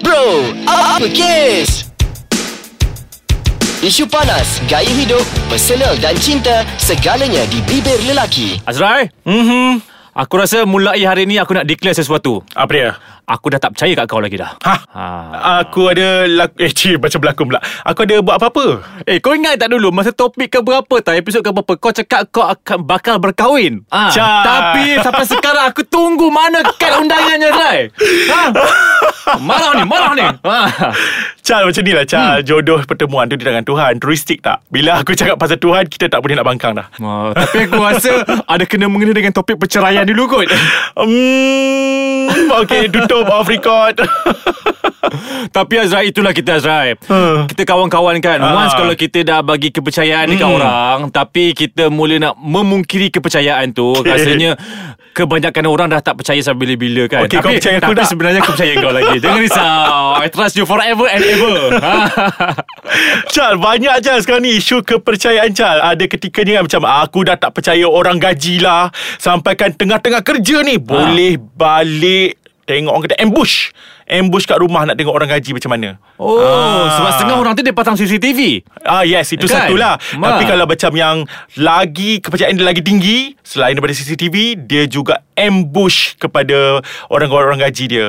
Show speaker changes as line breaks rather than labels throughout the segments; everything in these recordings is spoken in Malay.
Bro, apa kes? Isu panas, gaya hidup, personal dan cinta, segalanya di bibir lelaki.
Azrai Mm-hmm.
Mhm.
Aku rasa mulai hari ni aku nak declare sesuatu
Apa dia?
Aku dah tak percaya kat kau lagi dah
Ha.
ha.
Aku ada laku, Eh cik macam berlakon pula Aku ada buat apa-apa
Eh kau ingat tak dulu Masa topik ke berapa tak Episod ke berapa Kau cakap kau akan bakal berkahwin ha.
Cak.
Tapi sampai sekarang Aku tunggu mana kad undangannya Azrai ha. Marah ni Marah ni ha.
Cal macam ni lah Cal hmm. Jodoh pertemuan tu dia dengan Tuhan Turistik tak? Bila aku cakap pasal Tuhan Kita tak boleh nak bangkang dah
Oh, tapi aku rasa Ada kena mengena dengan topik perceraian dulu kot
Hmm Okay tutup off record
Tapi Azrai itulah kita Azrai Kita kawan-kawan kan
Ah.
Once kalau kita dah bagi kepercayaan dekat orang Tapi kita mula nak memungkiri kepercayaan tu
Okay.
Rasanya Kebanyakan orang dah tak percaya sampai bila-bila kan
Okay, kau
Tapi,
percaya aku
tapi
tak?
sebenarnya aku percaya kau lagi Jangan risau I trust you forever and ever ha?
Cal banyak Cal sekarang ni Isu kepercayaan Cal Ada ketikanya kan macam Aku dah tak percaya orang gaji lah Sampaikan tengah-tengah kerja
Ha.
ni Boleh balik Tengok orang kata ambush Ambush kat rumah nak tengok orang gaji macam mana
Oh Sebab setengah orang tu dia pasang CCTV
Ah yes itu
Kan?
kan? satulah.
Ma.
Ma. Tapi kalau macam yang lagi kepercayaan dia lagi tinggi selain daripada CCTV dia juga ambush kepada orang-orang gaji dia.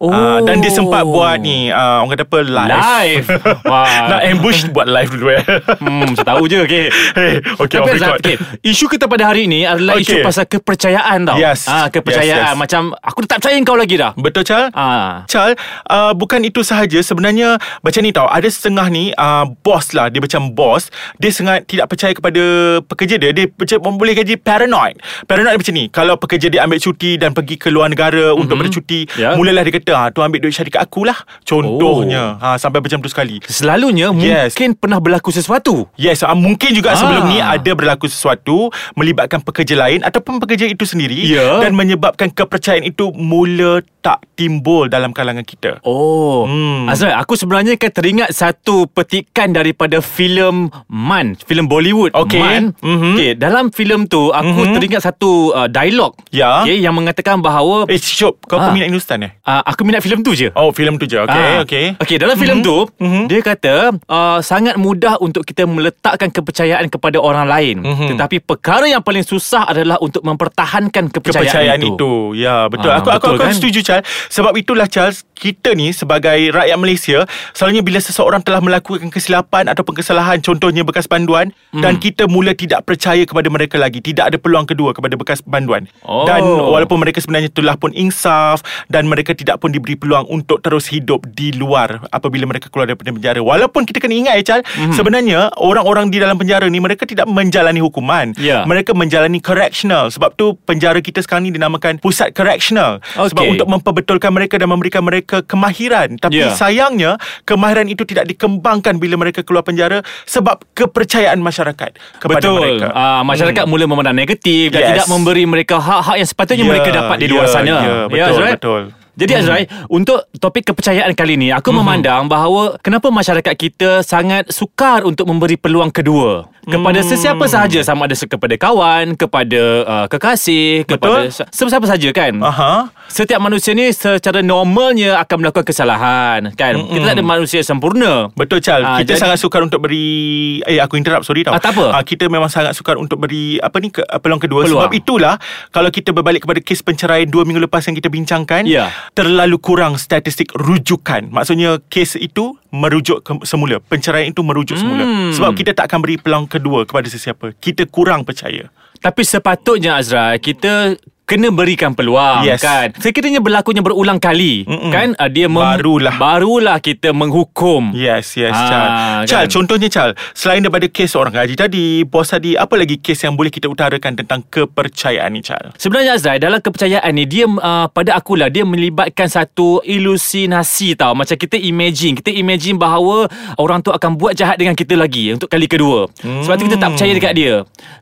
Oh.
Ah, dan dia sempat buat ni ah, orang kata apa live.
Live Wah.
Nak ambush buat live dulu eh.
Hmm, saya tahu je okay.
Hey, okay, off
Tapi Azhar,
record.
okay, isu kita pada hari ini adalah okay. isu
Okay.
pasal kepercayaan tau.
Yes.
Ah, kepercayaan
Yes, yes.
macam aku tak percaya kau lagi dah.
Betul Chal?
Ah.
Chal, uh, bukan itu sahaja. Sebenarnya macam ni tau. Ada setengah ni uh, bos lah. Dia macam bos. Dia sangat tidak percaya kepada pekerja dia. Dia macam boleh gaji paranoid. Paranoid dia macam ni. Kalau pekerja dia ambil cuti dan pergi ke luar negara mm-hmm. untuk bercuti.
Ya.
Yeah. Mulalah dia kata, ah, tu ambil duit syarikat akulah. Contohnya. Oh. Ha, sampai macam tu sekali.
Selalunya yes.
Yes.
mungkin pernah berlaku sesuatu.
Yes, uh, mungkin
Ah.
juga ah. sebelum ni ada berlaku sesuatu melibatkan pekerja lain ataupun pekerja itu sendiri
Ya.
dan menyebabkan kepercayaan itu mula tak timbul dalam kalangan kita.
Oh. Hmm.
Hmm.
Azrai, aku sebenarnya kan teringat satu petikan daripada filem Man, filem Bollywood
Okey.
Man.
Mhm.
Okay, dalam filem tu aku mm-hmm. teringat satu uh, dialog
Ya.
okay, yang mengatakan bahawa
Eh, Syop, kau
Ah.
peminat Hindustan eh?
uh, aku minat filem tu je.
Oh, filem tu je. Okay,
Ah.
okay.
Okey, dalam filem mm-hmm. tu mm-hmm. dia kata uh, sangat mudah untuk kita meletakkan kepercayaan kepada orang lain. Mm-hmm. Tetapi perkara yang paling susah adalah untuk mempertahankan kepercayaan,
Kepercayaan
itu.
itu. Ya, betul.
Ah,
aku
betul
aku, aku
kan?
setuju, Charles. Sebab itulah, Charles, kita ni sebagai rakyat Malaysia, selalunya bila seseorang telah melakukan kesilapan ataupun kesalahan, contohnya bekas panduan, dan
Hmm.
kita mula tidak percaya kepada mereka lagi. Tidak ada peluang kedua kepada bekas panduan.
Oh.
Dan walaupun mereka sebenarnya telah pun insaf dan mereka tidak pun diberi peluang untuk terus hidup di luar apabila mereka keluar daripada penjara. Walaupun kita kena ingat, ya, Charles,
Mhm.
sebenarnya orang-orang di dalam penjara ni, mereka tidak menjalani hukuman.
Ya.
Mereka menjalani correctional Sebab tu penjara kita sekarang ni dinamakan Pusat Correctional
Okey.
Sebab untuk memperbetulkan mereka dan memberikan mereka kemahiran Tapi
Ya.
yeah. sayangnya kemahiran itu tidak dikembangkan bila mereka keluar penjara Sebab kepercayaan masyarakat kepada
Betul.
mereka
Ah, masyarakat hmm. mula memandang negatif dan
Yes.
tidak memberi mereka hak-hak yang sepatutnya
Ya,
mereka dapat di
ya,
luar sana.
ya, betul,
Azrai?
betul. Hmm.
Jadi Azrai, untuk topik kepercayaan kali ni, aku memandang bahawa kenapa masyarakat kita sangat sukar untuk memberi peluang kedua kepada
Hmm.
sesiapa sahaja sama ada se- kepada kawan, kepada uh, kekasih, kepada se- sesiapa sahaja kan.
Aha.
Setiap manusia ni secara normalnya akan melakukan kesalahan kan. Mm-mm. Kita tak
Hmm.
ada manusia yang sempurna.
Betul Chal
Ah,
Kita
jadi-
sangat sukar untuk beri Eh aku interrupt sorry tau
Ah, tak apa.
Ah, Kita memang sangat sukar untuk beri Apa ni ke, peluang kedua
Peluang.
Sebab itulah Kalau kita berbalik kepada kes penceraian Dua minggu lepas yang kita bincangkan
Ya.
Terlalu kurang statistik rujukan Maksudnya kes itu Merujuk ke, semula Penceraian itu merujuk hmm. semula Sebab kita tak akan beri peluang kedua Kepada sesiapa Kita kurang percaya
Tapi sepatutnya Azra Kita kena berikan peluang
Yes.
kan sekiranya berlakunya berulang kali Mm-mm. kan Ah, dia
Barulah.
barulah kita menghukum
Yes, yes,
Ah,
ah, Chal.
kan?
Chal, contohnya Chal, selain daripada kes orang gaji tadi, bos tadi, apa lagi kes yang boleh kita utarakan tentang kepercayaan ni, Chal?
Sebenarnya Azrai dalam kepercayaan ni dia uh, pada akulah dia melibatkan satu ilusinasi tau macam kita imagine kita imagine bahawa orang tu akan buat jahat dengan kita lagi untuk kali kedua hmm. sebab tu kita tak percaya dekat dia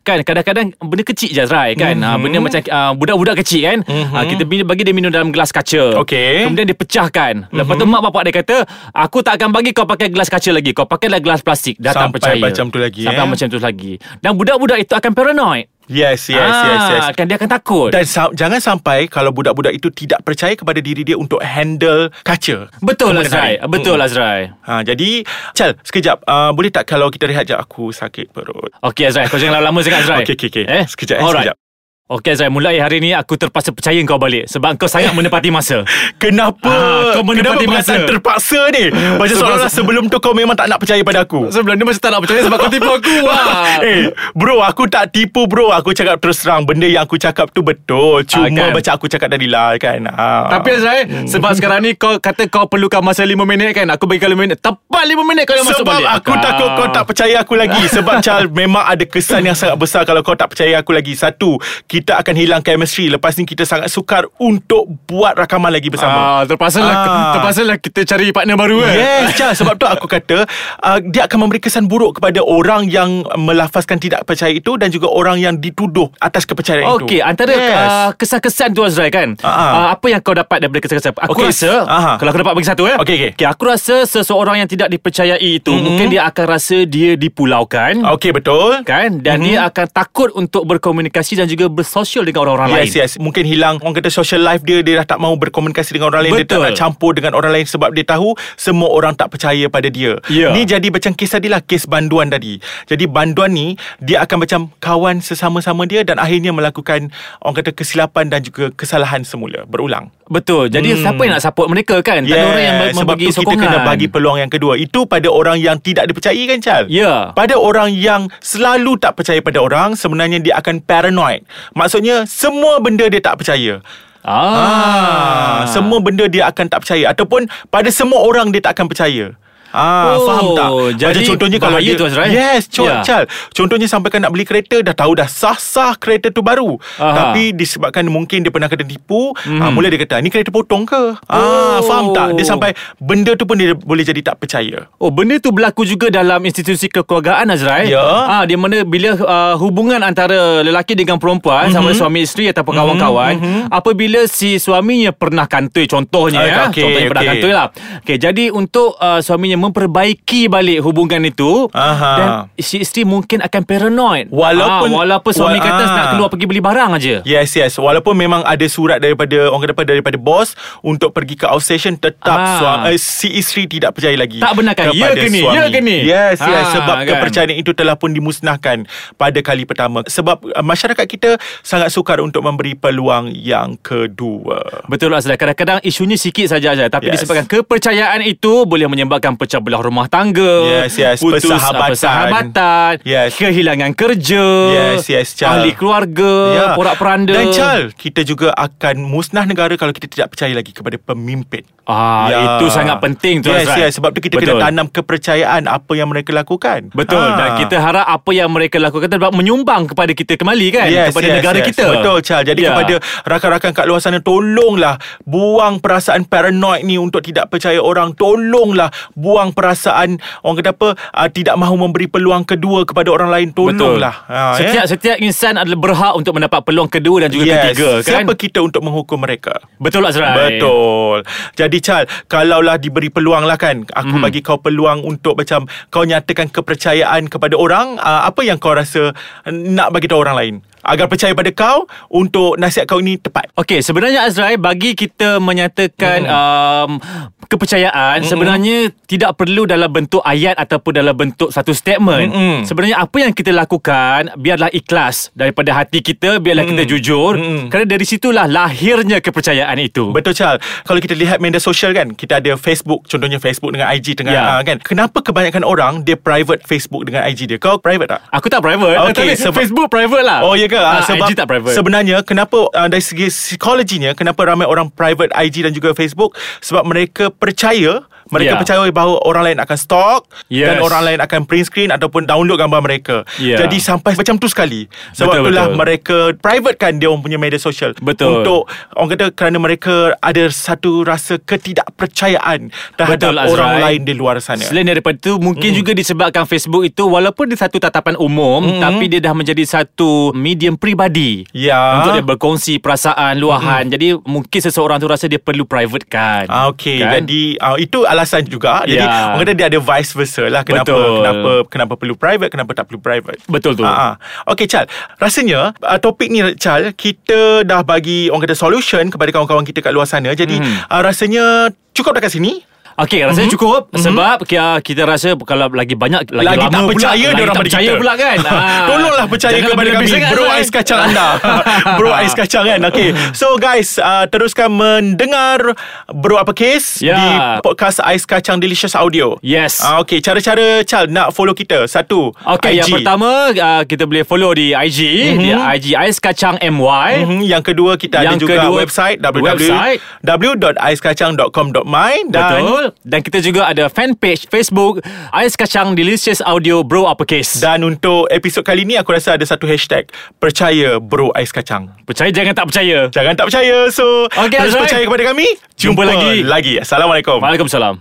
kan kadang-kadang benda kecil je Azrai kan hmm. ha, benda macam uh, budak-budak kecil kan hmm. ha, kita bini- bagi dia minum dalam gelas kaca
Okey. Hmm.
kemudian dia pecahkan lepas tu mak bapak dia kata aku tak akan bagi kau pakai gelas kaca lagi kau pakailah gelas plastik dah tak
Sampai
percaya
macam tu lagi,
sampai
eh.
macam tu lagi dan budak-budak itu akan paranoid
Yes, yes, ah, yes, yes.
Kan dia akan takut.
Dan sa- jangan sampai kalau budak-budak itu tidak percaya kepada diri dia untuk handle kaca.
Betul
Kemudian
Azrai.
hari.
Betul
Hmm.
Mm-mm.
Azrai.
Ha, jadi, Chal, sekejap. Uh, boleh tak kalau kita rehat sekejap? Aku sakit perut.
Okey Azrai, kau jangan lama-lama sangat Azrai.
Okey, okey, okey.
Eh?
Sekejap, eh,
Alright.
sekejap.
Okey Azrai, mulai hari ni aku terpaksa percaya kau balik sebab kau sangat menepati masa.
Kenapa?
Ah, kau
Kenapa
menepati masa.
perkataan terpaksa ni? Macam
Sebab-
seolah-olah sebelum tu kau memang tak nak percaya pada aku.
Sebelum ni macam tak nak percaya sebab kau tipu aku lah.
Eh bro aku tak tipu bro Aku cakap terus terang Benda yang aku cakap tu betul Cuma
kan?
kan? macam aku cakap tadi lah kan ha.
Tapi Azrael Sebab sekarang ni Kau kata kau perlukan masa 5 minit kan Aku bagi kau 5 minit Tepat 5 minit kau dah masuk
Sebab
balik
aku
Ah.
takut kau tak percaya aku lagi Sebab Chal memang ada kesan yang sangat besar Kalau kau tak percaya aku lagi Satu Kita akan hilang chemistry Lepas ni kita sangat sukar Untuk buat rakaman lagi
Ah,
bersama
terpaksa lah
Ah.
terpaksa lah kita cari partner baru kan.
Yes Chal Sebab tu aku kata uh, Dia akan memberi kesan buruk Kepada orang yang Melafazkan tidak percaya itu Dan juga orang yang dituduh Atas kepercayaan itu
Okey, antara yes.
Yes.
uh, kesan-kesan tu Azrai kan.
Ha-ha.
Uh, apa yang kau dapat daripada kesan-kesan? Aku
Okey,
rasa
aha.
kalau aku dapat bagi satu eh.
Okey, okey. Mhm.
okay. aku rasa seseorang yang tidak dipercayai itu mm-hmm. mungkin dia akan rasa dia dipulaukan.
Okey betul
Kan Dan mm-hmm. dia
Mhm.
akan takut Untuk berkomunikasi Dan juga bersosial Dengan orang-orang lain
Yes, yes. Mungkin hilang orang kata social life dia dia dah tak mau berkomunikasi dengan orang lain, dia tak
Betul.
nak campur dengan orang lain sebab dia tahu semua orang tak percaya pada dia.
Ya.
Ni jadi macam kes tadilah kes banduan tadi. Jadi banduan ni dia akan macam kawan sesama-sama dia dan akhirnya melakukan orang kata kesilapan dan juga kesalahan semula berulang.
Betul Jadi hmm. siapa yang nak support mereka kan Tak ada orang yang me-
Mhm. sebab
memberi
tu
sokongan
kita kena bagi peluang yang kedua. Itu pada orang yang tidak dipercayai kan Chal?
Ya.
Pada orang yang selalu tak percaya pada orang, sebenarnya dia akan paranoid. Maksudnya semua benda dia tak percaya.
ah.
Ah, semua benda dia akan tak percaya ataupun pada semua orang dia tak akan percaya.
Oh,
Ah, oh, faham tak?
jadi
Macam contohnya kalau
bahaya
dia
tu, Azrai.
Yes,
Ya.
co- yeah. Chal. Contohnya sampai kan nak beli kereta dah tahu dah sah-sah kereta tu baru.
Aha. Mhm.
Aha. Tapi disebabkan mungkin dia pernah kena tipu, mm. ah, mula dia kata, "Ni kereta potong ke?"
Oh.
Ah, faham tak? Dia sampai benda tu pun dia boleh jadi tak percaya.
Oh benda tu berlaku juga dalam institusi kekeluargaan Azrai
Ya.
ah, Di mana bila uh, hubungan antara lelaki dengan perempuan mm-hmm. Sama
Mhm.
ada suami isteri ataupun kawan-kawan mm-hmm. Apabila si suaminya pernah kantoi contohnya
Ah,
ya,
mhm. okey,
Contohnya pernah
okey.
kantoi lah okay, Jadi untuk uh, suaminya memperbaiki balik hubungan itu
Aha.
Dan si isteri mungkin akan paranoid
Walaupun-
ah, Walaupun suami
wal-
kata
ah.
nak keluar pergi beli barang aja
Yes yes Walaupun memang ada surat daripada Orang kata daripada bos Untuk pergi ke outstation Tetap
Ah.
ah. suami, eh, si isteri tidak percaya lagi
Tak benarkan. Ya
kepada
ke ni?
suami.
Ya ke ni?
Yes yes
Ah,
Sebab
kan.
kan. kepercayaan itu telah pun dimusnahkan Pada kali pertama Sebab uh, masyarakat kita Sangat sukar untuk memberi peluang yang kedua
Betul Azrai Kadang-kadang isunya sikit saja Azrai Tapi yes.
Yes.
disebabkan kepercayaan itu Boleh menyebabkan pecah belah rumah tangga
Yes, yes.
Putus
Persahabatan.
persahabatan
Yes.
Kehilangan kerja
Yes, yes, Chal. Ya.
Ahli keluarga Porak-peranda
Dan Chal Kita juga akan musnah negara Kalau kita tidak percaya lagi Kepada pemimpin
Ah, ya. Itu sangat penting tu
yes,
Azrai
yes, Sebab tu kita
Betul.
kena tanam kepercayaan Apa yang mereka lakukan
Betul
Ah.
Dan kita harap apa yang mereka lakukan Dapat menyumbang kepada kita kembali kan Kepada negara kita
Betul Chal Jadi
Ya.
yeah. kepada rakan-rakan kat luar sana Tolonglah Buang perasaan paranoid ni Untuk tidak percaya orang Tolonglah Buang perasaan Orang kata apa uh, Tidak mahu memberi peluang kedua Kepada orang lain Tolonglah Ah, eh?
Betul. setiap, setiap insan adalah berhak Untuk mendapat peluang kedua dan juga
yes.
ketiga kan
Siapa kita untuk menghukum mereka
Betul Azrai
Betul Jadi Chal Kalaulah diberi peluang lah kan Aku mm-hmm. bagi kau peluang Untuk macam Kau nyatakan kepercayaan Kepada orang uh, Apa yang kau rasa uh, Nak bagi tahu orang lain Agar percaya pada kau Untuk nasihat kau ini tepat
Okey, sebenarnya Azrai bagi kita menyatakan mm. um, kepercayaan mm sebenarnya tidak perlu dalam bentuk ayat ataupun dalam bentuk satu statement. Mm-mm. Sebenarnya apa yang kita lakukan biarlah ikhlas daripada hati kita, biarlah mm. kita jujur mm kerana dari situlah lahirnya kepercayaan itu.
Betul Chal Kalau kita lihat media sosial kan Kita ada Facebook Contohnya Facebook dengan IG dengan
Ya.
yeah. uh, kan Kenapa kebanyakan orang Dia private Facebook dengan IG dia Kau private tak?
Aku tak private
Okey,
Tapi
sebab-
Facebook private lah
Oh ya ke?
Ah,
Ah, sebab
IG tak private
Sebenarnya kenapa uh, dari segi psikologinya kenapa ramai orang private IG dan juga Facebook sebab mereka percaya mereka
Ya.
yeah. percaya bahawa orang lain akan stalk
Yes.
dan orang lain akan print screen ataupun download gambar mereka.
Ya.
Jadi sampai macam tu sekali.
Betul,
Sebab betul, itulah
betul.
betul. mereka privatekan dia orang punya media sosial
Betul.
untuk orang kata kerana mereka ada satu rasa ketidakpercayaan terhadap
Betul, Azrai.
orang lain di luar sana.
Selain daripada itu Mungkin mm. juga disebabkan Facebook itu Walaupun dia satu tatapan umum mm. Tapi dia dah menjadi satu Medium peribadi
Ya.
Untuk dia berkongsi Perasaan Luahan mm. Jadi mungkin seseorang tu Rasa dia perlu private kan
Hmm. Ah, okay. Dan di uh, itu alasan juga. Jadi
Ya.
orang kata dia ada vice versa lah kenapa
Betul.
kenapa kenapa perlu private, kenapa tak perlu private.
Betul tu.
Ah, ah. Okey Chal, rasanya uh, topik ni Chal, kita dah bagi orang kata solution kepada kawan-kawan kita kat luar sana. Jadi
Hmm.
mm. uh, rasanya cukup dah kat sini.
Okey, rasanya
Mhm.
mm-hmm. cukup mm-hmm. sebab kita, kita rasa kalau lagi banyak lagi,
Lagi
lama
tak percaya
pula,
dia
lagi
orang
tak
pada
percaya
kita.
pula kan. Ah.
Tolonglah percaya
Jangan
kepada
lebih-lebih
kami
sangat, kan?
Bro
Azwan.
ais kacang anda Bro ais kacang kan Okay So guys uh, Teruskan mendengar Bro apa kes
Ya.
Di podcast Ais Kacang Delicious Audio
Yes.
uh, Okay cara-cara Chal nak follow kita Satu
Okey,
IG.
yang pertama uh, kita boleh follow di IG, mm-hmm. di IG Ais Kacang MY. Mm-hmm.
Mhm, Yang kedua kita
Yang
ada juga
kedua,
website
website.
www.aiskacang.com.my dan
Betul. Dan kita juga ada fanpage Facebook Ais Kacang Delicious Audio Bro Uppercase. Dan
dan untuk episod kali ni aku rasa ada satu hashtag percaya bro ais kacang.
percaya jangan tak percaya.
Jangan tak percaya. So
Okey,
terus
Azrai.
percaya kepada kami.
Jumpa lagi.
lagi. Assalamualaikum.
Waalaikumsalam.